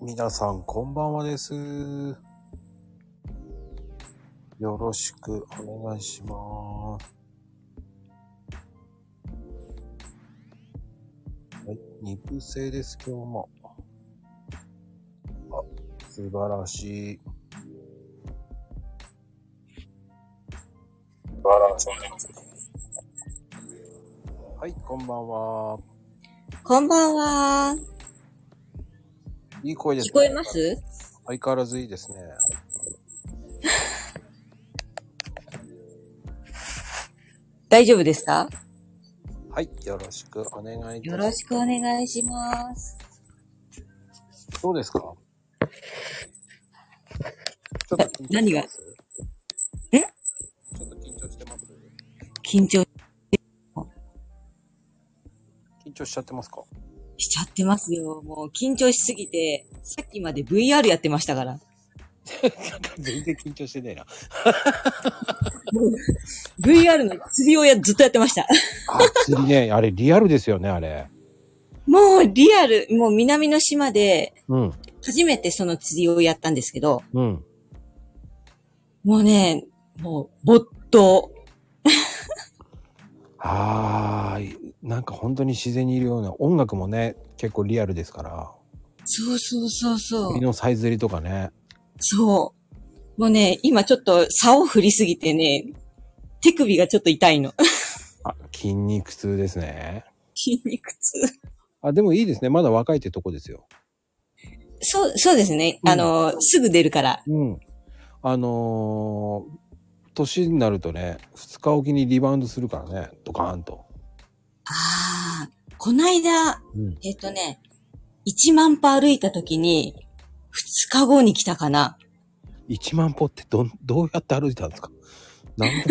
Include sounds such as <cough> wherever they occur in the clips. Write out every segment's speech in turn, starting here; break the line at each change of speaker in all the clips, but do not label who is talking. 皆さん、こんばんはです。よろしくお願いします。はい、二部制です、今日も。あ、素晴らしい。素晴らしい。はい、こんばんは。
こんばんは。
いい声です、
聞こえます
相変わらずいいですね。
大丈夫ですか
はい、よろしくお願いいたし
よ
ます。
ろしくお願いします。
どうですかちょっと緊張
な何が
してます
え
ちょっと緊張してます
緊張
緊張しちゃってますか
しちゃってますよ。もう緊張しすぎて、さっきまで VR やってましたから。
全然緊張してねえな。
VR の釣りをやずっとやってました。 <laughs>
あ、釣りね、あれリアルですよね、あれ。
もうリアル、もう南の島で
うん、
初めてその釣りをやったんですけど、
うん。
もうね、もう没頭。
はーい。なんか本当に自然にいるような、音楽もね、結構リアルですから。
そうそうそうそ
首
う。
のさえずりとかね。
そう。もうね、今ちょっと竿振りすぎてね、手首がちょっと痛いの。 <laughs>
あ、筋肉痛ですね。
筋肉痛。
あ、でもいいですね。まだ若いってとこですよ。
そう、そうですね。
うん
あの、すぐ出るから。
うん。あのー年になるとね、2日おきにリバウンドするからね、ドカーンと。
ああ、こないだ、
うん。
えっ、とね、1万歩歩いた時に、2日後に来たかな。
1万歩ってどん、どうやって歩いたんですか
<laughs>
なんで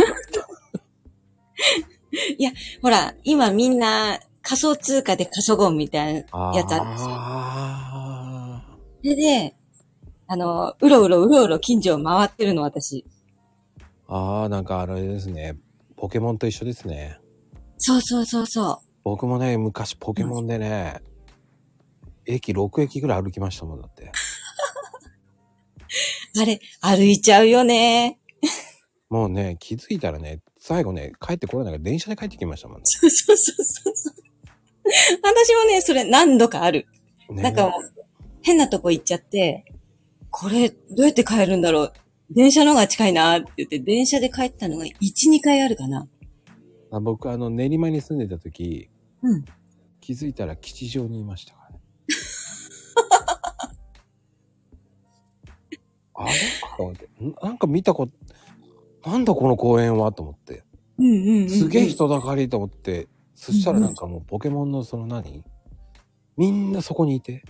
ほら、今みんな仮想通貨で稼ごうみたいなやつあるんですよ。
あ
それで、あの、うろうろうろうろ近所を回ってるの私。
ーあー、なんかあれですね。ポケモンと一緒ですね。
そうそうそうそ
僕もね、昔ポケモンでね、駅6駅ぐらい歩きましたもんだって。
う。あれ、歩いちゃうよね。
もうね、気づいたらね、最後ね、帰ってこれないから電車で帰ってきましたもんね。
そうそうそうそう。私もね、それ何度かある。
ね
<laughs> なんかもう、変なとこ行っちゃって、これ、どうやって帰るんだろう。電車の方が近いなって言って、電車で帰ったのが1、2回あるかな。
あ僕あの練馬に住んでた時、
うん
気づいたら吉祥にいました
<laughs>
からねあれと思ってんなんか見たことなんだこの公園はと思って
うんうんうん、
すげえ。人だかりと思って、そしたらなんかもうポケモンのその何みんなそこにいて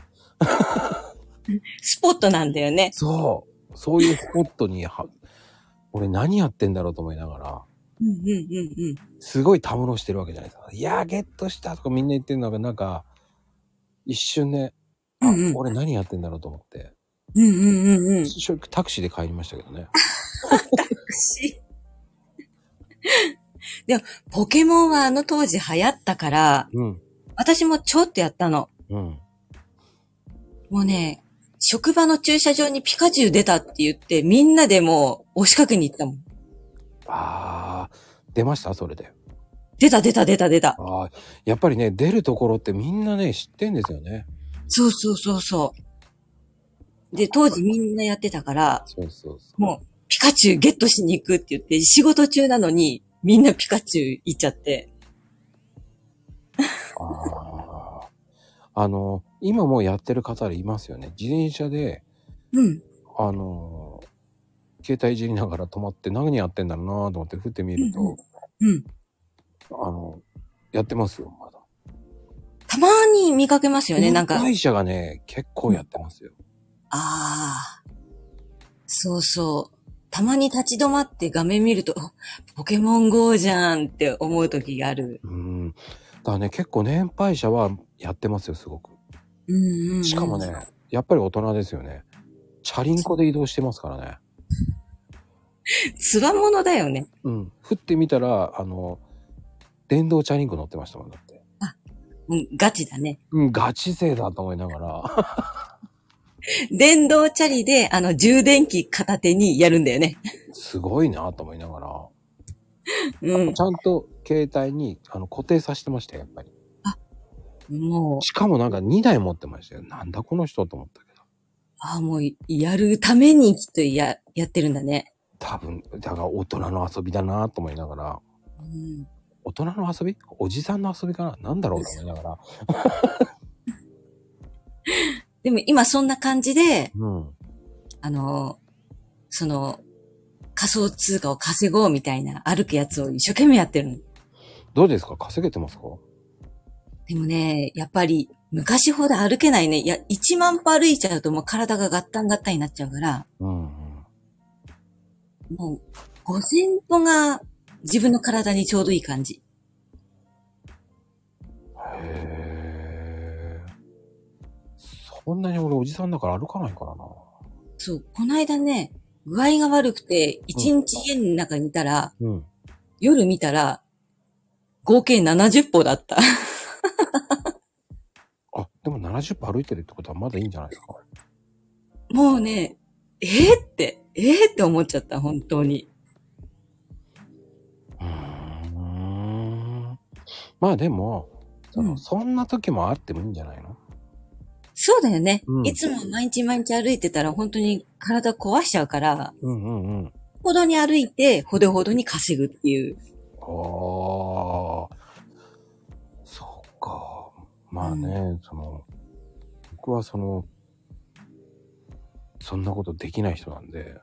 スポットなんだよね。
そうそういうスポットには俺何やってんだろうと思いながら
うんうんうんうん。
すごいたむろしてるわけじゃないですか。いやー、ゲットしたとかみんな言ってるのが、なんか、一瞬ね、あ、
うんうん
俺何やってんだろうと思って。
うんうんうんうん。
一緒にタクシーで帰りましたけどね。
でも、ポケモンはあの当時流行ったから、
うん。
私もちょっとやったの。
うん。
もうね、職場の駐車場にピカチュウ出たって言って、みんなでもう押しかけに行ったもん。
あー、出ましたそれで。
出た出た出た出た。
あー、やっぱりね、出るところってみんなね、知ってんですよね。
そうそうそうそう。で、当時みんなやってたから、
そうそうそ
もう、ピカチュウゲットしに行くって言って、仕事中なのに、みんなピカチュウ行っちゃって。
う。あー。あの、今もうやってる方いますよね。自転車で、
うん。
あの、携帯いじりながら止まって何やってんだろうなーと思って振ってみると、
うんうん。
あの、やってますよ、まだ。
たまーに見かけますよね、なんか。
会社がね、結構やってますよ。
ああ。そうそう。たまに立ち止まって画面見ると、あポケモン GO じゃんって思う時がある。
うん。だからね、結構年配者はやってますよ、すごく。
うんうん、
しかもね。、やっぱり大人ですよね。チャリンコで移動してますからね。
つわものだよね。
うん。降ってみたら、あの、電動チャリンコ乗ってましたもんだって。
うんガチだね。 <laughs>
うん、ガチ勢だと思いながら。
電動チャリで、あの、充電器片手にやるんだよね。
すごいなと思いながら、
うん
ち。ゃんと携帯にあの固定させてましたよ、やっぱり。
もう、
しかもなんか2台持ってましたよ。なんだこの人と思ったけど。
ああ、もう、やるためにきっとや、やってるんだね。
多分、だから大人の遊びだなと思いながら、
うん。
大人の遊びおじさんの遊びかななんだろうと思いながら。
でも今そんな感じで、
うん。
あの、その、仮想通貨を稼ごうみたいな歩くやつを一生懸命やってるの。
どうですか稼げてますか
でもね、やっぱり昔ほど歩けないね。いや、1万歩歩いちゃうともう体がガッタンガッタンになっちゃうから、
うん、うん。
もう5000歩が自分の体にちょうどいい感じ。
へえ。そんなに俺おじさんだから歩かないからな。
そう、この間ね、具合が悪くて、1日家の中にいたら、
うん。
夜見たら、合計70歩だった。 <laughs>
あ、でも70歩歩いてるってことはまだいいんじゃないですか
もうね、えー、って、えー、って思っちゃった、本当に。
うーん。まあでも、その
うん
そんな時もあってもいいんじゃないの
そうだよね。
うん
いつも毎日毎日歩いてたら本当に体壊しちゃうから、
うんうんうん。
ほどに歩いて、ほどほどに稼ぐっていう。
ああ、そっか。まあね、その、僕はその、そんなことできない人なん <laughs> で。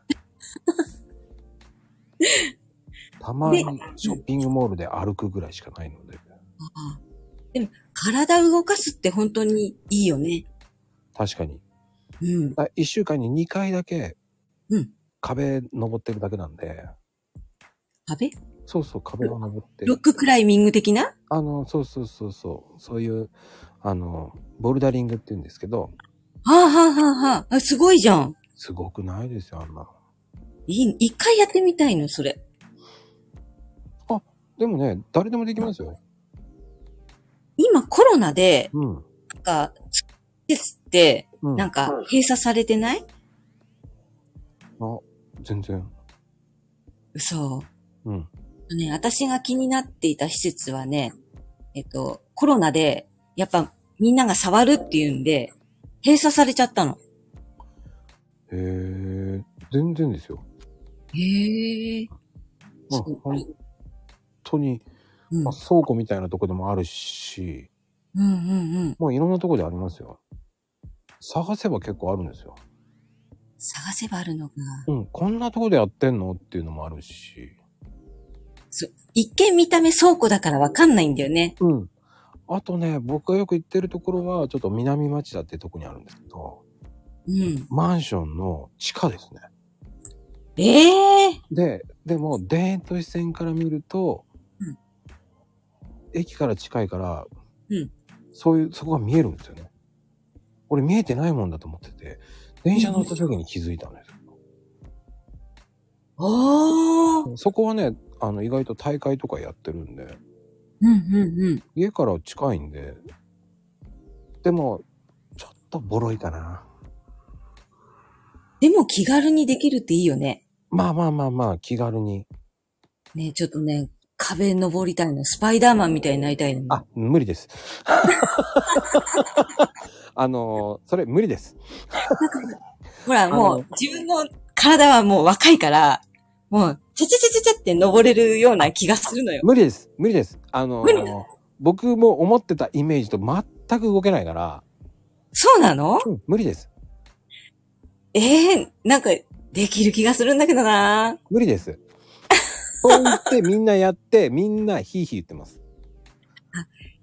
たまにショッピングモールで歩くぐらいしかないので。
ああでも、体動かすって本当にいいよね。
確かに。
うん。
あ一週間に2回だけ
うん。
壁登ってるだけなんで。
壁
そうそう、壁を登って
ロ。ッククライミング的な
あの、そうそうそうそう。そういう、あの、ボルダリングって言うんですけど、
はあ、はあはあはあ、あ、すごいじゃん。
すごくないですよ、あんなの。
いい、一回やってみたいの、それ。
でもね、誰でもできますよ。
今コロナで、
うん。
なんか、施設って、
うん、
なんか閉鎖されてない
あ、全然。
嘘。
うん。
ね、私が気になっていた施設はね、えっと、コロナで、やっぱみんなが触るっていうんで、閉鎖されちゃったの。
へえ、全然ですよ。
へえ。
まあ、
そう
本当に、
うん、
まあ、倉庫みたいなとこでもあるし、
うんうんうん。
もういろんなとこでありますよ。探せば結構あるんですよ。
探せばあるのか。
うん、こんなとこでやってんのっていうのもあるし。
一見見た目倉庫だからわかんないんだよね。
うん。あとね、僕がよく行ってるところは、ちょっと南町田ってとこにあるんですけど、
うん。
マンションの地下ですね。
ええ
で、でも、田園都市線から見ると、
うん
駅から近いから、
うん
そういう、そこが見えるんですよね。俺見えてないもんだと思ってて、電車乗った時に気づいたんですよ。
おー。
そこはね、あの、意外と大会とかやってるんで、
うんうんうん。
家から近いんで、でも、ちょっとボロいかな。
でも気軽にできるっていいよね。
まあまあまあまあ、気軽に。
ね、ちょっとね、壁登りたいの。スパイダーマンみたいになりたいの。
あ、無理です。 <laughs> あのーそれ無理です。
ほら、も
あ
う、自分の体はもう若いから、もう、ちゃちゃちゃちゃちゃって登れるような気がするのよ。
無理です。無理です。あの
無理
僕も思ってたイメージと全く動けないから、
そうなの
うん無理です。
ええなんか、できる気がするんだけどな
無理です。そう言ってみんなやって、みんなヒーヒー言ってます。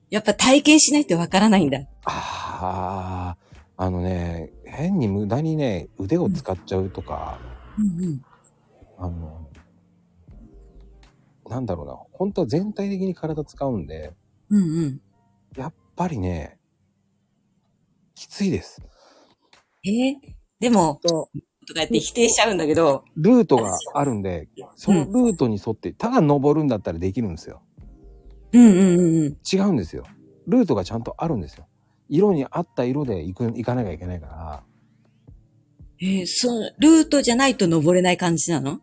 やっぱ体験しないとわからないんだ。
ああ、あのね、変に無駄にね、腕を使っちゃうとか、
うんうん。
あの、なんだろうな、本当は全体的に体使うんで、
うんうん。
やっぱりね、きついです。
ええでも、とかやって否定しちゃうんだけど、
ルートがあるんで、そのルートに沿って、ただ登るんだったらできるんですよ。
うんうんうんうん。
違うんですよ。ルートがちゃんとあるんですよ。色に合った色で行く、行かなきゃいけないから、
えーその、ルートじゃないと登れない感じなの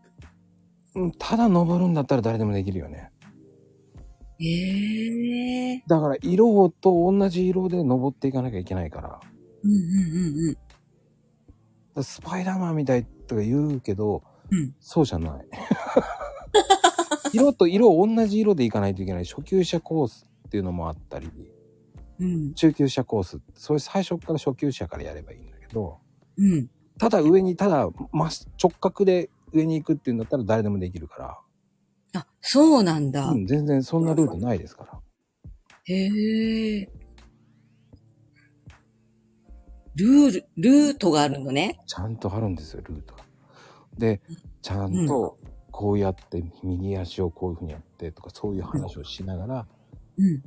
うんただ登るんだったら誰でもできるよね。
ええ
だから色と同じ色で登っていかなきゃいけないから。だか
うんうんうんうん。
らスパイダーマンみたいとか言うけど、
うん
そうじゃない。 <laughs> 色と色を同じ色でいかないといけない初級者コースっていうのもあったり、
うん。
中級者コース、それ最初から初級者からやればいいんだけど、
うん。
ただ上に、ただま直角で上に行くっていうんだったら誰でもできるから。
あ、そうなんだ。
うん、全然そんなルートないですから。
へえ。ルール、ルートがあるのね。
ちゃんとあるんですよ、ルートが。で、ちゃんとこうやって、右足をこういうふうにやってとか、そういう話をしながら、
うん。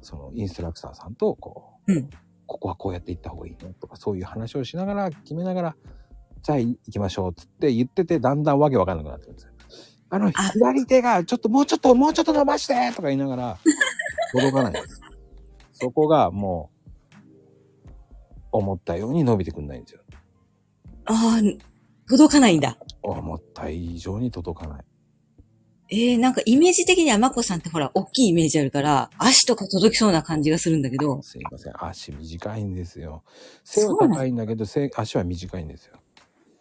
そのインストラクターさんと、こう、
うん
ここはこうやって行った方がいいねとか、そういう話をしながら、決めながら、じゃあ行きましょうっつって言ってて、だんだんわけわかんなくなってくるんですよ。あの、左手が、ちょっともうちょっと、もうちょっと伸ばしてとか言いながら、届かないんです。そこがもう、思ったように伸びてくんないんですよ。
ああ、届かないんだ。
思った以上に届かない。
ええなんかイメージ的にはまこさんってほら、大きいイメージあるから、足とか届きそうな感じがするんだけど。
すいません。足短いんですよ。背
そ
は
うなん
高いんだけど、背足は短いんですよ。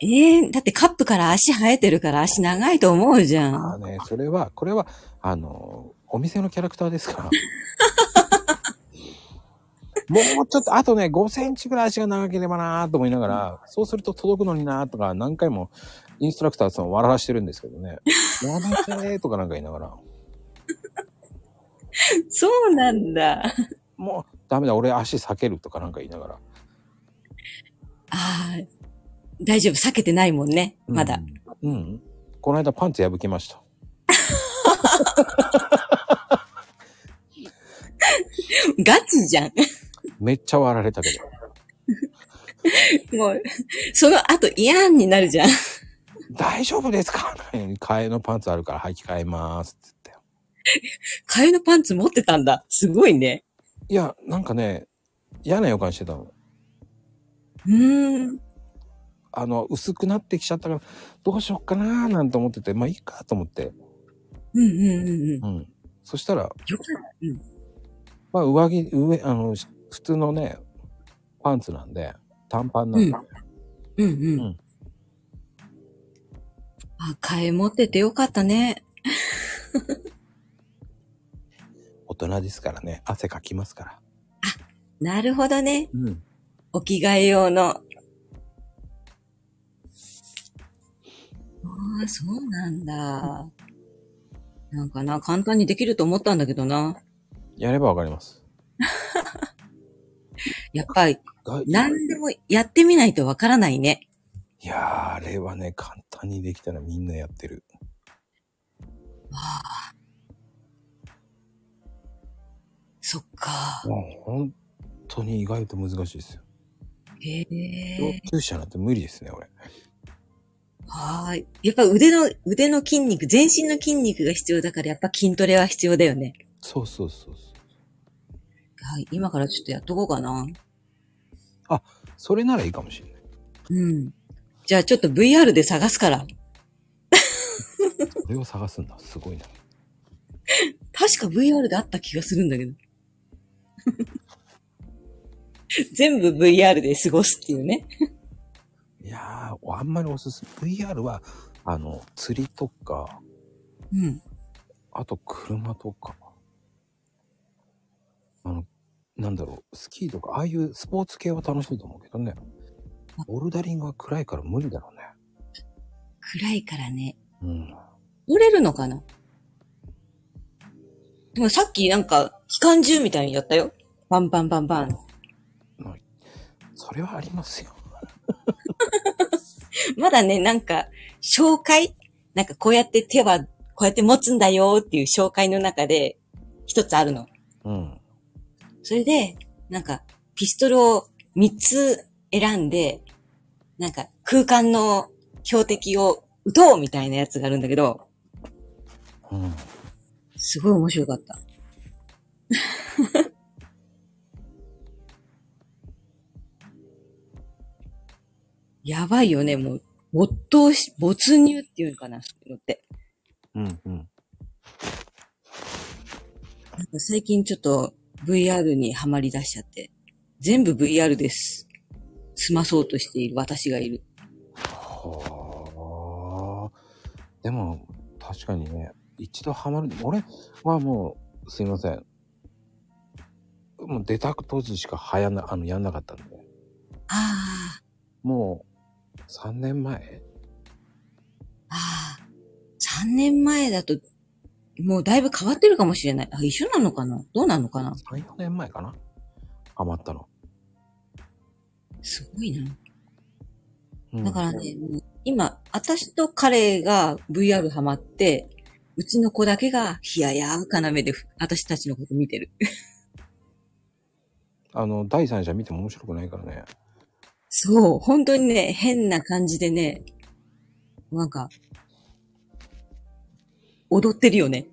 ええだってカップから足生えてるから足長いと思うじゃ
あ
ん。
あね、それは、これは、あの、お店のキャラクターです
<laughs>
から。もうちょっと、あとね、5センチぐらい足が長ければなーと思いながら、そうすると届くのになーとか、何回もインストラクターさんを笑わしてるんですけどね。やめてーとかなんか言いながら、
そうなんだ。あ
もうダメだ、俺足避けるとかなんか言いながら。
あ、大丈夫。避けてないもんね。まだ。
うん。うん。この間パンツ破きました。
ガチじゃん。
めっちゃ割られたけど。
もう、その後嫌になるじゃん。
大丈夫ですか <laughs> 替えのパンツあるから履き替えますって言っ
替えのパンツ持ってたんだ。すごいね。
て。いや、なんかね、嫌な予感してたの。
うーん。
あの、薄くなってきちゃったから、どうしよっかなーなんて思ってて、まあいいかと思って。
うんうんうんうん。
うん。そしたら、
よかった。うん。
まあ上着、上、あの、し普通のね、パンツなんで、短パンなんで、
うんうんうん。
うん
あ、替え持っててよかったね。
大人ですからね、汗かきますから。
なるほどね。
うん。
お着替え用の。ああ、そうなんだ。なんかな、簡単にできると思ったんだけどな。
やればわかります。
やっぱり、
が
何でもやってみないとわからないね。
いやー、あれはね、簡単にできたらみんなやってる。
そっか。
もう本当に意外と難しいですよ。
へ
上
え。
級者なんて無理ですね、俺。
はーい。やっぱ腕の、腕の筋肉、全身の筋肉が必要だから、やっぱ筋トレは必要だよね。
そうそうそうそう。
はい。今からちょっとやっとこうかな。
それならいいかもしれない。
うん。じゃあちょっと VR で探すから。
それを探すんだ。すごいな。
確か VR であった気がするんだけど。 <laughs> 全部 VR で過ごすっていうね。
いやー、あんまりおすすめ。VR は、あの、釣りとか、
うん。
あと車とか、あの、なんだろう、スキーとか、ああいうスポーツ系は楽しいと思うけどね。ボルダリングは暗いから無理だろうね。
暗いからね。
うん。
折れるのかなでもさっきなんか、機関銃みたいにやったよ。バンバンバンバン。
それはありますよ。
まだね、なんか、紹介なんかこうやって手は、こうやって持つんだよっていう紹介の中で、一つあるの。
うん。
それで、なんか、ピストルを3つ選んで、なんか、空間の標的を撃とうみたいなやつがあるんだけど、
うん。
すごい面白かった。 <laughs> やばいよね、もう。没頭し、没入っていうのかな、そういうのって。
うんうん。
なんか最近ちょっと VR にはまり出しちゃって。全部 VR です。済まそうとしている私がいる。
はあ。でも、確かにね、一度ハマる。俺はもう、すいません。もう出た当時しかはやな、あの、やんなかったんで。
ああ、
もう、3年前
ああ。3年前だと、もうだいぶ変わってるかもしれない。あ、一緒なのかなどうなのかな
?3、4年前かなハマったの。
すごいな。
うん
だからね、もう今、私と彼が VR ハマって、うちの子だけが、ひややーかな目で、私たちのこと見てる。
あの、第三者見ても面白くないからね。
そう、本当にね、変な感じでね、なんか、踊ってるよね。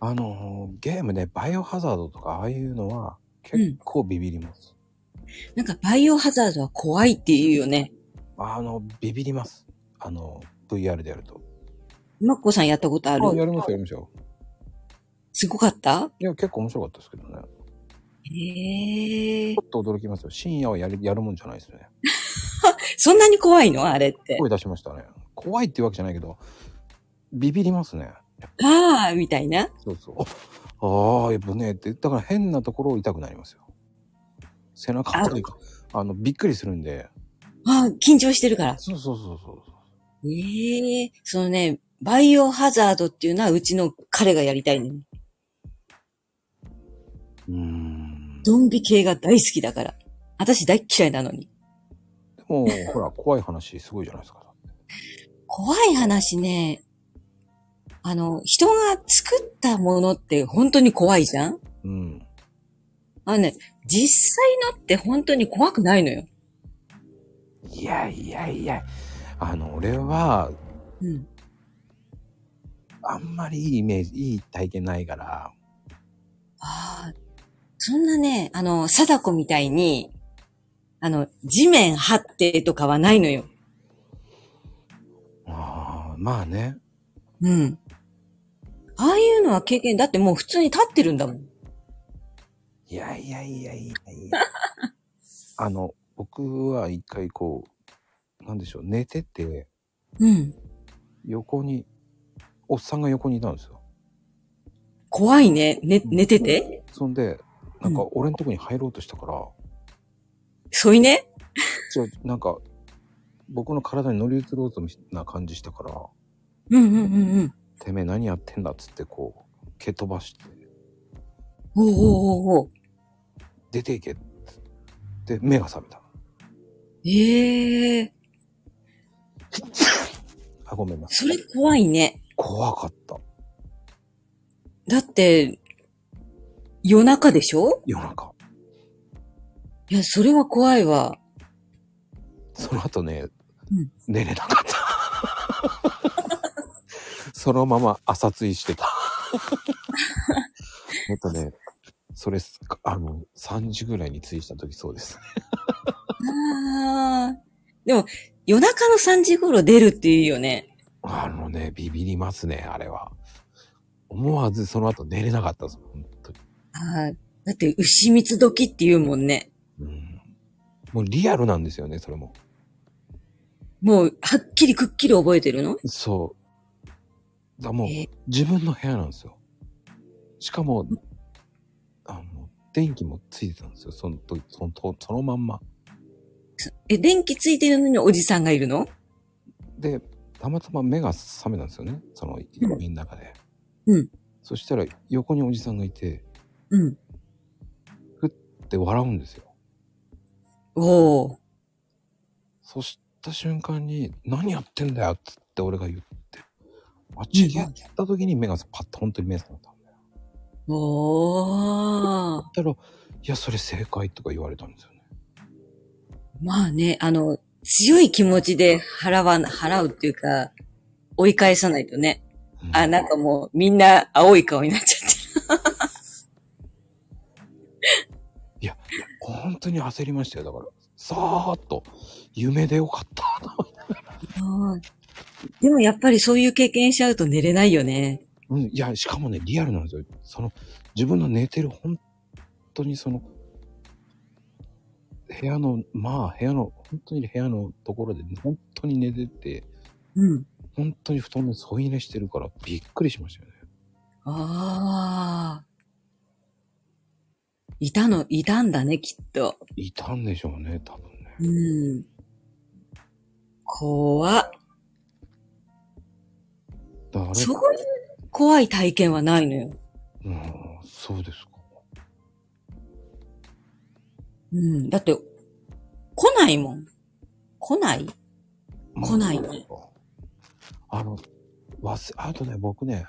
あの、ゲームでバイオハザードとかああいうのは結構ビビります。
なんか、バイオハザードは怖いって言うよね。
あの、ビビります。あの、VR でやると。
マッコさんやったことあ
あや
る
りますよ、やりますよ。
すごかった
いや、結構面白かったですけどね。
へえ
ち。ょっと驚きますよ。深夜はやるやるもんじゃないですね。
そんなに怖いのあれって。
声出しましたね。怖いっていうわけじゃないけど、ビビりますね。
あーみたいな。
そうそう。ああ、やっぱね、って、だから変なところを痛くなりますよ。背中というか、あの、びっくりするんで。
あー緊張してるから。
そうそうそうそう。
ええそのね、バイオハザードっていうのはうちの彼がやりたいの。
うーん。で
ゾンビ系が大好きだから。私大っ嫌いなのに。
も、ほら、怖い話すごいじゃないですか。
怖い話ね、あの、人が作ったものって本当に怖いじゃん
うん。
あのね、実際のって本当に怖くないのよ。
いやいやいや。あの、俺は、
うん。
あんまりいいイメージ、いい体験ないから。
ああ。そんなね、あの、貞子みたいに、あの、地面張ってとかはないのよ。
ああ、まあね。
うん。ああいうのは経験、だってもう普通に立ってるんだもん。
いやいやいやいやいや。あの、僕は一回こう、なんでしょう、寝てて、
うん。
横に、おっさんが横にいたんですよ。
怖いね。ね、寝てて
そんで、なんか俺のとこに入ろうとしたから、
添いね
じゃあなんか、僕の体に乗り移ろうとみな感じしたから、
うんうんうんうん。
てめえ何やってんだっつってこう、蹴飛ばして、
おうおうおうおう
出ていけっつって、目が覚めた。
ええ
あ、ごめんなさ
そ
い。
れ怖いね。
怖かった。
だって、夜中でしょ
夜中。
いや、それは怖いわ。
その後ね、
うん
寝れなかった。そのまま朝ついして
<laughs>
た。えっとね、それ、あの、3時ぐらいについした時そうです。
ああ。でも、夜中の3時頃出るっていうよね。
あのね、ビビりますね、あれは。思わずその後寝れなかったです、本当に。
はい。だって、牛蜜時って言うもんね。
うん。もうリアルなんですよね、それも。
もう、はっきりくっきり覚えてるの
そう。だもう
え、
自分の部屋なんですよ。しかも、あの、電気もついてたんですよ。そのと、そのと、そのまんま。
え、電気ついてるのにおじさんがいるの
で、たまたま目が覚めたんですよね。その、家の中で。
うん。
そしたら、横におじさんがいて、
うん。
で、笑うんですよ。
おお。
そした瞬間に、何やってんだよっつって俺が言って。あっちやった時に目がパッと本当に目が覚めたんだよ。
おー
そ。したら、いや、それ正解とか言われたんですよね。
まあね、あの、強い気持ちで払わな、払うっていうか、追い返さないとね。
うん
あ、なんかもう、みんな青い顔になっちゃって
本当に焦りましたよ。だから、さーっと、夢でよかったと思って。
はいでもやっぱりそういう経験しちゃうと寝れないよね。
うん、いや、しかもね、リアルなんですよ。その、自分の寝てる、本当にその、部屋の、まあ、部屋の、本当に部屋のところで、本当に寝てて、
うん。
本当に布団で添い寝してるから、びっくりしましたよね。
ああ。いたの、いたんだね、きっと。
いたんでしょうね、多分ね。
うん。怖っ。
だからあれ
そういう怖い体験はないのよ。
うん、そうですか。
うん。だって、来ないもん。来ない来ないね
あの、忘れ、あとね、僕ね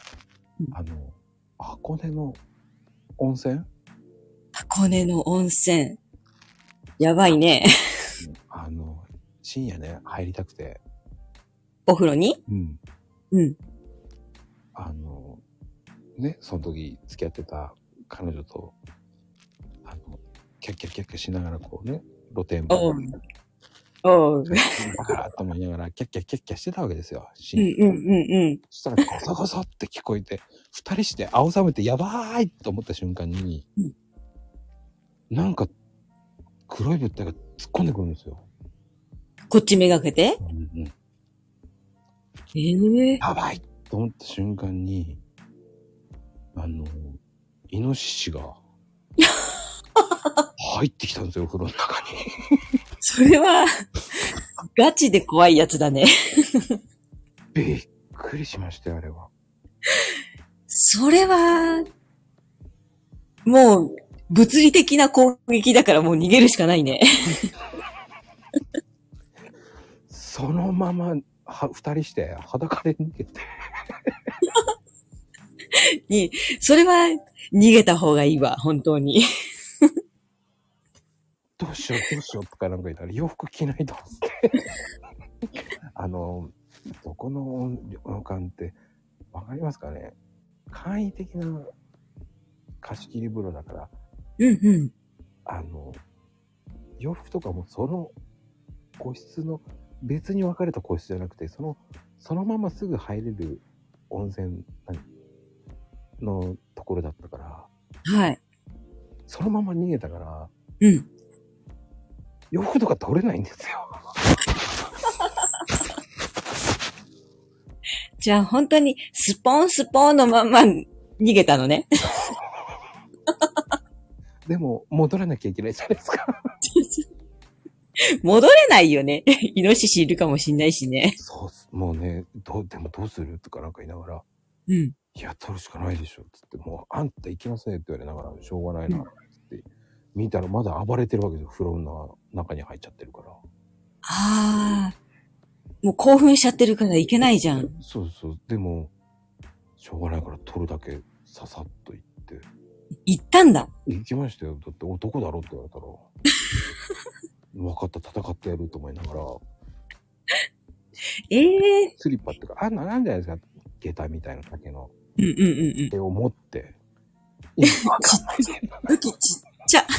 うん、
あの、箱根の温泉
箱根の温泉。やばいね。 <laughs>
あの、深夜ね、入りたくて、
お風呂に
うん。
うん。
あの、ね、その時付き合ってた彼女と、あの、キャッキャッキャッキャしながらこうね、露天風
お
呂
うおう。
だからと思いながら、キャッキャッキャッキャしてたわけですよ。
うん
深
う
夜
んうんうん。
そしたらゴソゴソって聞こえて、二人して青ざめてやばーいと思った瞬間に、
うん
なんか黒い物体が突っ込んでくるんですよ。
こっちめがけてええ
やばいと思った瞬間に、あの、イノシシが入ってきたんですよ、お風呂の中に。
それは、 <laughs> ガチで怖いやつだね。
びっくりしましたよ、あれは。
それは、もう、物理的な攻撃だからもう逃げるしかないね。
そのまま、は二人して裸で逃げて。
に、それは逃げた方がいいわ、本当に。
どうしようどうしようとかなんか言ったら洋服着ないとっつってあのどこの旅館ってわかりますかね簡易的な貸し切り風呂だから
うんうん。
あの洋服とかもその個室の別に分かれた個室じゃなくてそのそのまますぐ入れる温泉のところだったから
はい。
そのまま逃げたから
うん。
洋服とか取れないんですよ。
じゃあ本当にスポンスポンのまんま逃げたのね。 <laughs>
でも戻らなきゃいけないじゃないですか。
戻れないよね。 <laughs> イノシシいるかもしんないしね。
そうっす、もうね、どう、でもどうするとかなんか言いながら、
うん。
いや、取るしかないでしょ、つって、もう、あんた行きなさいって言われながら、しょうがないな、
うん
つって、見たらまだ暴れてるわけですよ、風呂の中に入っちゃってるから。
ああ。もう興奮しちゃってるからいけないじゃん。
そうそう、でも、しょうがないから取るだけ、ささっと行って、
行ったんだ。
行きましたよ、だって男だろって言われたら、分かった、戦ってやると思いながら、
ええ
スリッパっていうか、あんな、なんじゃないですか、下駄みたいな竹の、
うんうんうんうん。
手を持って、今、
武器ちっちゃ。 <laughs>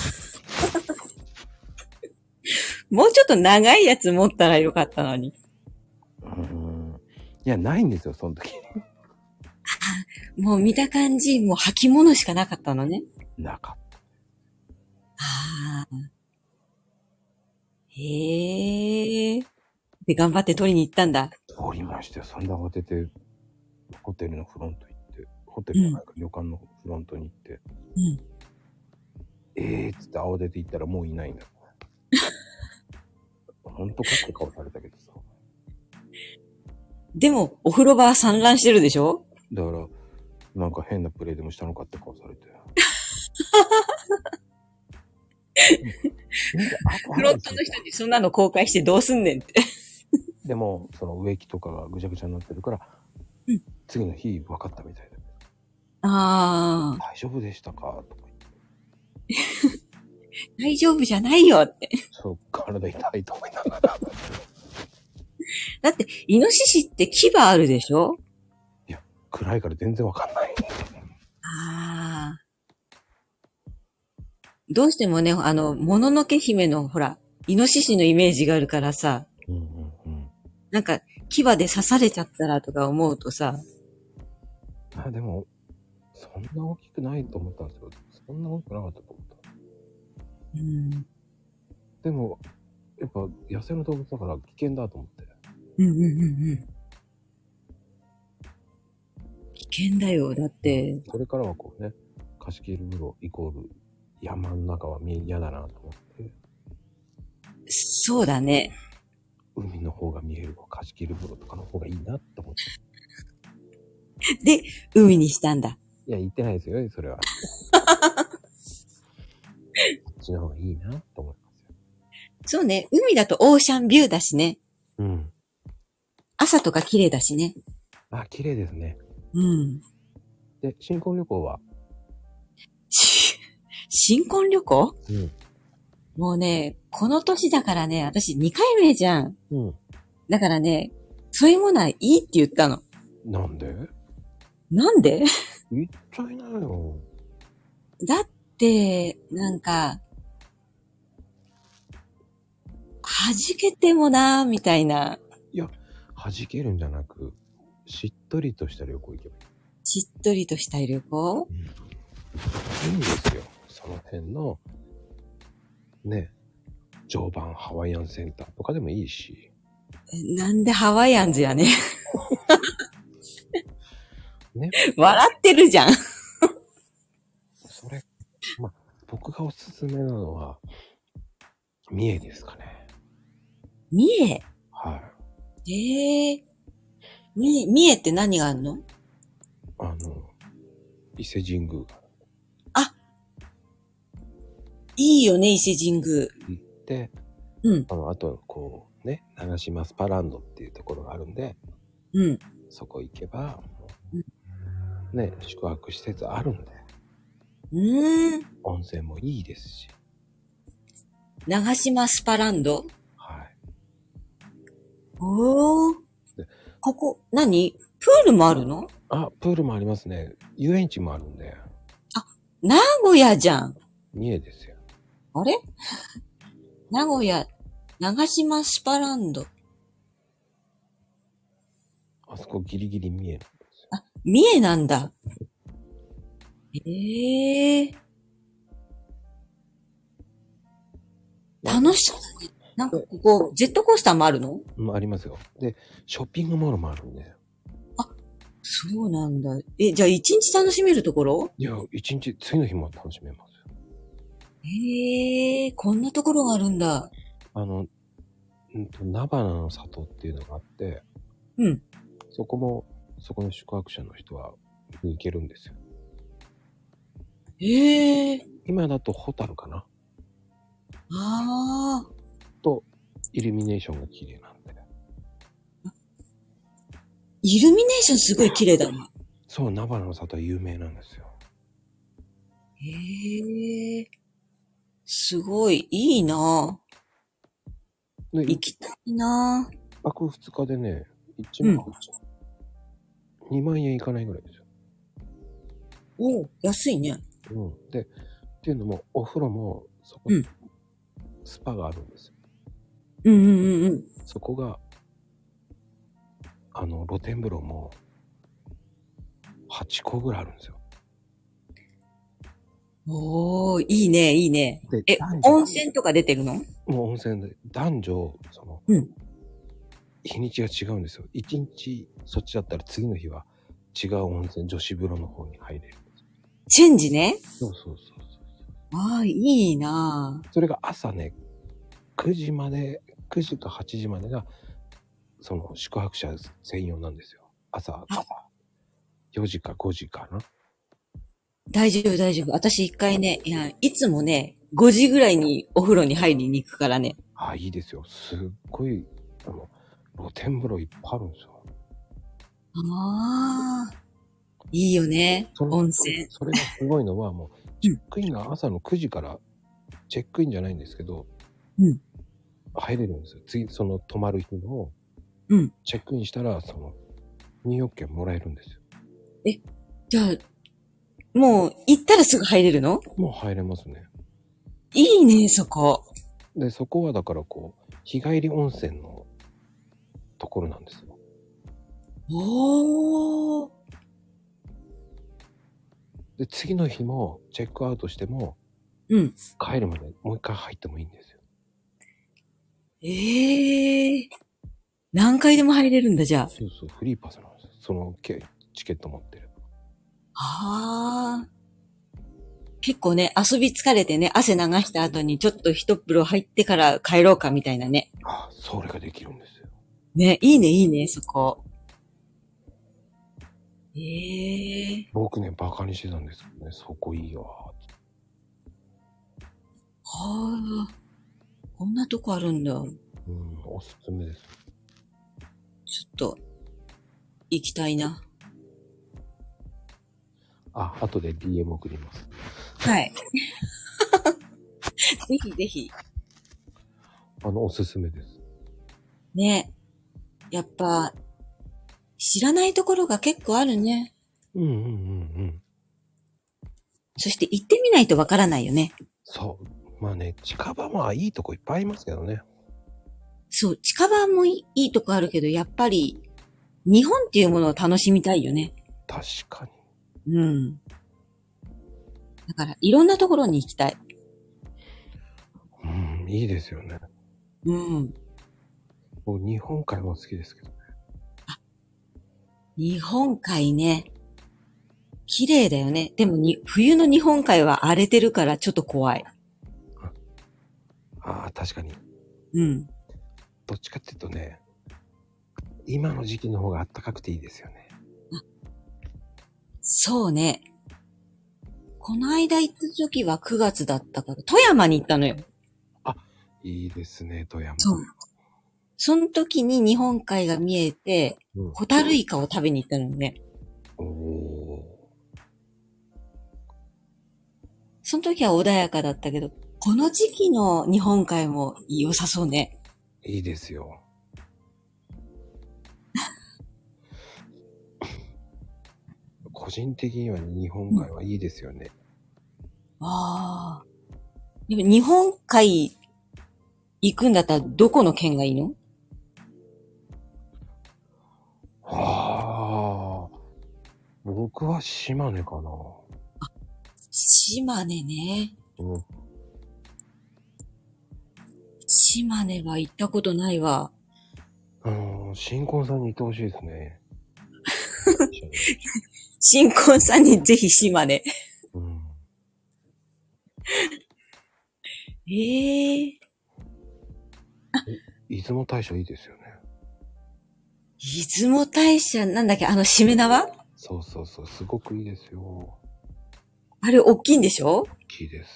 もうちょっと長いやつ持ったらよかったのに。
うんいや、ないんですよ、その時。
もう見た感じ、もう履物しかなかったのね。
なかっ
ああ。へえ。で、頑張って取りに行ったんだ。
た。通りましたよ。そんな慌てて、ホテルのフロント行って、ホテルじゃないか、旅館のフロントに行って、
うん。
えーっつって慌てて行ったらもうい <laughs> ないんだ。ほんとかって顔されたけどさ。
でも、お風呂場は散乱してるでしょ
だから、なんか変なプレイでもしたのかって顔され
<laughs>
て。なんか後
フロントの人にそんなの公開してどうすんねんって。
でも、その植木とかがぐちゃぐちゃになってるから、
うん
次の日分かったみたいで。
ああ。
大丈夫でしたかとか言って
大丈夫じゃないよって。
そう、体痛いと思いながら。 <laughs>
だって、イノシシって牙あるでしょ
暗いから全然わかんない。
ああ。どうしてもね、あの、もののけ姫のほら、イノシシのイメージがあるからさ、
うんうんうん。
なんか、牙で刺されちゃったらとか思うとさ、
あ、でも、そんな大きくないと思ったんですよ。そんな大きくなかったと思った。
うん、
でも、やっぱ野生の動物だから危険だと思って。
うんうんうんうん。危険だよ。だって、
それからはこうね、貸し切り風呂イコール山の中は見嫌だなと思って、
そうだね。
海の方が見える貸し切り風呂とかの方がいいなって思って。
で、海にしたんだ。
いや、言ってないですよ、それ <laughs> は。こっちの方がいいなと思いますよ。
そうね。海だとオーシャンビューだしね。
うん。
朝とか綺麗だしね。
あ、綺麗ですね。
うん。
で、新婚旅行は、
し新婚旅行
うん。
もうね、この年だからね、私2回目じゃん。
うん。
だからね、そういうものはいいって言ったの。
なんで
なんで
言っちゃいなよ。
だって、なんか、弾けてもなーみたいな、
弾けるんじゃなく、しっとりとした旅行行けば
しっとりとした旅行
いい。いいんですよ。その辺の、ね、常磐ハワイアンセンターとかでもいいし。
えなんでハワイアンズやね。
<laughs> ね。
笑ってるじゃん。
それ、まあ、僕がおすすめなのは、三重ですかね。
三重。
はい。
ええみ、三重って何があるの
あの、伊勢神宮が
いいよね、伊勢神宮。
行って、
うん、
あの、あと、こう、ね、長島スパランドっていうところがあるんで、
うん。
そこ行けば
う、
ね、宿泊施設あるんで、
うーん。
温泉もいいですし、
長島スパランド。
はい。
おー
で。
ここ、何プールもあるの
あ、プールもありますね。遊園地もあるんで、
名古屋じゃん。
三重ですよ。
あ
<laughs>
れ名古屋、長島スパランド。
あそこギリギリ三重。
あ、三重なんだ。ええ楽しそうだね。なんかここ、ジェットコースターもあるの
うんありますよ。で、ショッピングモールもあるんで、
そうなんだ。え、じゃあ一日楽しめるところ
いや、一日、次の日も楽しめますよ。
ええこんなところがあるんだ。
あの、うんと、菜花の里っていうのがあって、
うん。
そこも、そこの宿泊者の人は行けるんですよ。
ええ
今だとホタルかな
ああ、
と、イルミネーションが綺麗なんで。
イルミネーションすごい綺麗だな。
そう、菜花の里は有名なんですよ。
ええすごい、いいなぁ
で、
行
一
きたいなぁ
泊二日でね、一万、二2万円いかないぐらいですよ。
おう安いね。
うん。で、っていうのも、お風呂も、そこ、
うん
スパがあるんですよ。
うんうんうんうん。
そこが、あの、露天風呂も、8個ぐらいあるんですよ。
おー、いいね、いいね。
で
え
男、女
温泉とか出てるの
もう温泉で、男女、その、
うん
日にちが違うんですよ。一日そっちだったら次の日は違う温泉、女子風呂の方に入れる。
チェンジね。
そうそうそうそう。
ああ、いいなぁ
それが朝ね、9時まで、9時か8時までが、その宿泊者専用なんですよ。朝、
あ
4時か5時かな。
大丈夫、大丈夫。私一回ね、いや、いつもね、5時ぐらいにお風呂に入りに行くからね。
ああ、いいですよ。すっごい、あの、露天風呂いっぱいあるんですよ。
ああ、いいよね。
その
温泉。
それがすごいのはもう、チェックインが朝の9時から、チェックインじゃないんですけど、
うん
入れるんですよ。次、その泊まる日の、
うん
チェックインしたら、その、入浴券もらえるんですよ。
じゃあ、もう行ったらすぐ入れるの
もう入れますね。
いいね、そこ。
で、そこはだからこう、日帰り温泉のところなんですよ。
おー。
で、次の日もチェックアウトしても、
うん。
帰るまでもう一回入ってもいいんですよ。
ええー。何回でも入れるんだ、じゃあ。
そうそう、フリーパスなんですよ。そのけチケット持ってる。
ああ。結構ね、遊び疲れてね、汗流した後にちょっと一風呂入ってから帰ろうかみたいなね。
ああ、それができるんですよ。
ね、いいね、いいね、そこ。ええ
僕ね、バカにしてたんですけどね、そこいいよ。
はあ。こんなとこあるんだ。ちょ
うん、おすすめです。
っと、行きたいな。
あ、後で DM 送ります。
はい。 <laughs> ぜひぜひ。
あの、おすすめです。
ね。やっぱ、知らないところが結構あるね。
うんうんうんうん。
そして行ってみないとわからないよね。
そう。まあね、近場もいいとこいっぱいありますけどね。
そう、近場もいいいいとこあるけど、やっぱり、日本っていうものを楽しみたいよね。
確かに。
うん。だから、いろんなところに行きたい。
うん、いいですよね。
うん。
僕、日本海も好きですけど。
日本海ね。綺麗だよね。でもに、冬の日本海は荒れてるからちょっと怖い。
ああ、確かに。
うん。
どっちかっていうとね、今の時期の方が暖かくていいですよね。
そうね。この間行った時は9月だったから、富山に行ったのよ。
いいですね、富山。
そう。その時に日本海が見えて、
うん、
ホタルイカを食べに行ったのよね。
おお
その時は穏やかだったけど、この時期の日本海も良さそうね。
ー、いいですよ。 <laughs> 個人的には日本海はいいですよね。
ああ。でも日本海行くんだったらどこの県がいいの
ああ。僕は島根かな。
島根ね。
うん、
島根は行ったことないわ。
あのー新婚さんにいてほしいですね。
新婚さんにぜひ島根。
うん、
ええ
出雲大社いいですよね。
出雲大社、なんだっけ、あの、しめ縄
そうそうそう、すごくいいですよ。
あれ、大きいんでしょ
大きいです。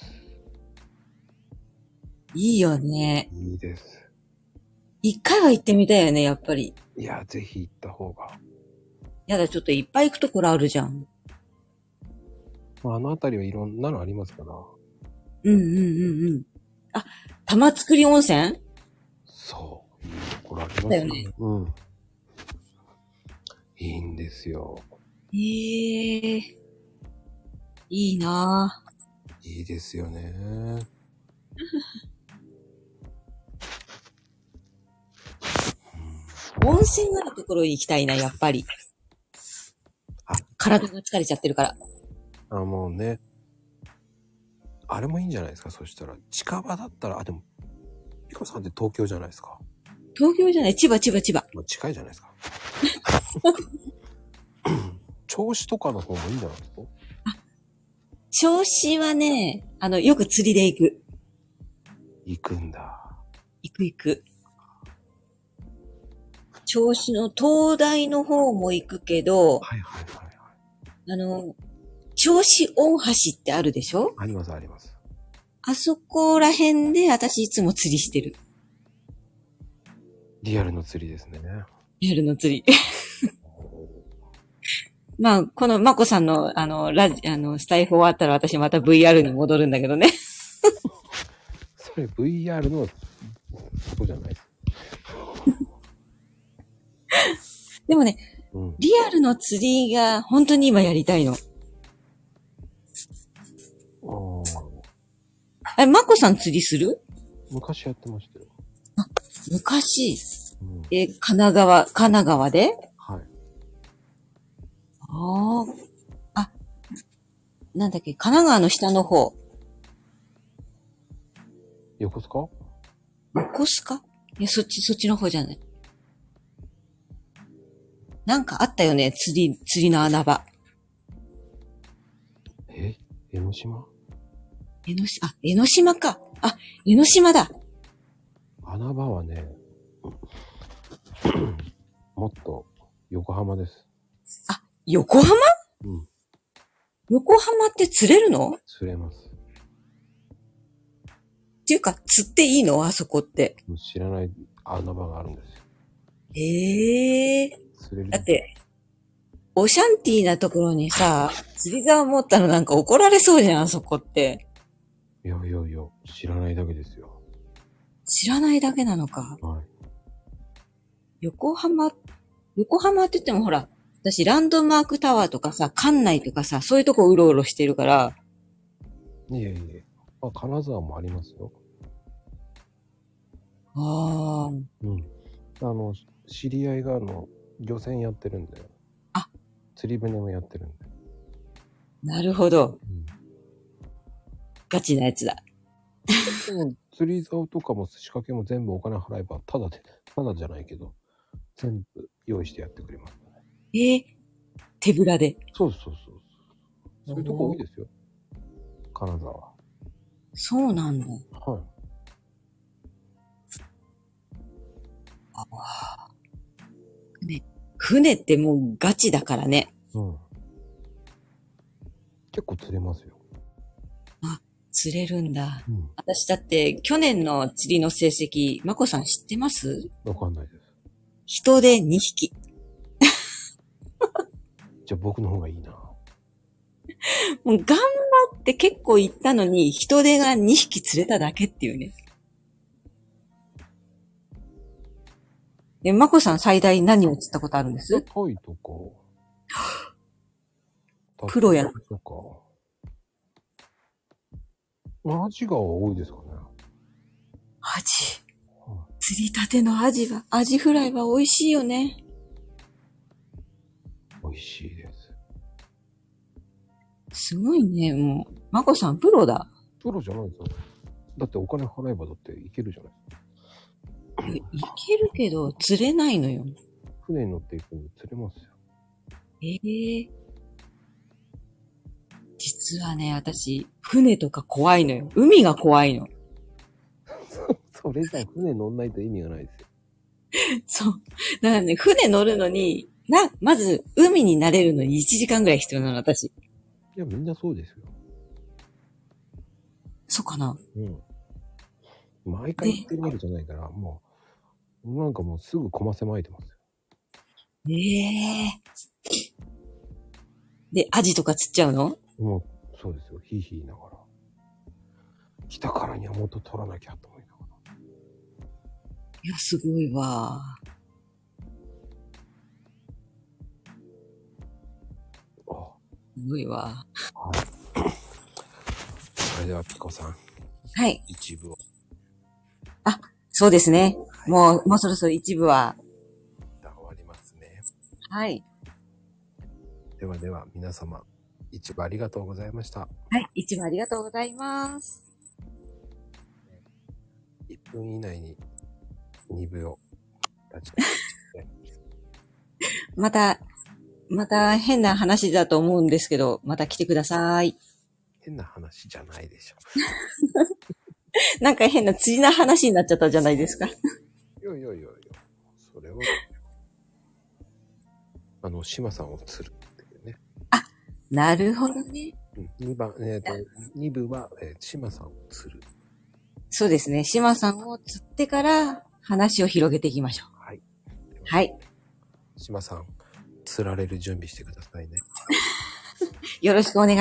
いいよね。
いいです。
一回は行ってみたいよね、やっぱり。
いや、ぜひ行った方が。
やだ、ちょっといっぱい行くところあるじゃん。
まあ、あの辺りはいろんなのありますから。
うんうんうんうん。あ、玉造り温泉
そう。いいところあります
だよね。
うん。いいんですよ。
ええいいない
いですよね。
ぁ温泉があるところに行きたいな、やっぱり。
あ
体が疲れちゃってるから。
あ、もうね。あれもいいんじゃないですか、そしたら。近場だったら、あ、でも、ピコさんって東京じゃないですか。
東京じゃない、千葉、千葉、千葉。
まあ、近いじゃないですか。 <laughs> 調子とかの方もいいんじゃないですか
調子はね、あの、よく釣りで行く。
行くんだ。
行く行く。調子の東大の方も行くけど、
はいはいはいはい。
あの、調子大橋ってあるでしょ
ありますあります。
あそこら辺で私いつも釣りしてる。
リアルの釣りですね。
夜の釣り。 <laughs> まあ、この、まこさんの、あの、ラジ、あの、スタイフ終わったら私また VR に戻るんだけどね。 <laughs>
それ VR の、そうじゃないです。
でもね、
うん。
リアルの釣りが本当に今やりたいの。
あー
え、まこさん釣りする
昔やってましたよ。
昔、
うん。
え、神奈川、神奈川で
はい。
ああ。あ、なんだっけ、神奈川の下の方。
横須賀
横須賀いや、そっち、そっちの方じゃない。なんかあったよね、釣り、釣りの穴場。
え江ノ島
江ノ島、あ、江ノ島か。あ、江ノ島だ。
穴場は <clears throat> ね、もっと横浜です。
横浜
うん。
横浜って釣れるのっ
釣れます。
ていうか、釣っていいのあそこって。
もう知らない穴場があるんですよ。
ええ
釣れる。
だっ。て、オシャンティーなところにさ、釣り竿持ったのなんか怒られそうじゃん、あそこって。
いやいやいや、知らないだけですよ。
知らないだけなのか。
はい。
横浜、横浜って言ってもほら、私ランドマークタワーとかさ、館内とかさ、そういうとこうろうろしてるから、
いえいえ。まあ、金沢もありますよ。
ああ、
うん。あの、知り合いがあの、漁船やってるんで。
あ
釣り船もやってるんで。
なるほど。
うん。
ガチなやつだ。
でも釣り竿とかも仕掛けも全部お金払えば、ただで、ただじゃないけど、全部用意してやってくれます、ね。
ええ手ぶらで。
そうそうそうそう。そういうとこ多いですよ。金沢。は
そうなんだ。
い。
船ってもうガチだからね。
うん。結構釣れますよ。
釣れるんだ。
うん。
私だって、去年の釣りの成績、まこさん知ってます
わかんないです。
人で2匹。
じゃあ僕の方がいいな。
もう頑張って結構行ったのに、人手が2匹釣れただけっていうね。え、まこさん最大何を釣ったことあるんです
タイとか。 <laughs>
プロやな
タチウオとか。アジが多いですかね。
アジ。釣りたてのアジは、アジフライは美味しいよね。
美味しいです。
すごいね、もう。まこさんプロだ。
プロじゃないですよ。だってお金払えばだっていけるじゃない
いいけるけど、釣れないのよ。
船に乗っていくんで釣れますよ。
ええ実はね、私、船とか怖いのよ。海が怖いの。
それじゃ船乗んないと意味がないですよ。
<laughs> そう。だからね、船乗るのに、な、まず、海に慣れるのに1時間ぐらい必要なの、私。
いや、みんなそうですよ。
そうかな。
うん。毎回行ってるわけじゃないから、もう、なんかもうすぐませまいてますよ。
ええで、アジとか釣っちゃうの
もう、そうですよ。ひいひい言いながら。来たからには元取らなきゃと思いながら。
いや、すごいわ。
あ、
すごいわ。
それではピコさん、
はい。
一部を。
そうですね。もう、もうそろそろ一部は。
一旦終わりますね。
はい。
ではでは、皆様、一部ありがとうございました。
はい。一部ありがとうございます。
1分以内に2部を立ち
また、また変な話だと思うんですけど、また来てください。
変な話じゃないでしょ。
なんか変な釣りな話になっちゃったじゃないですか。
よいよいよいよ。それは、あの、島さんを釣るっていうね。
なるほどね。
うん、2番、えっ、と、2部は、えー島さんを釣る。
そうですね。島さんを釣ってから話を広げていきましょう。
はい。
はい。
島さん、釣られる準備してくださいね。
よろしくお願いします。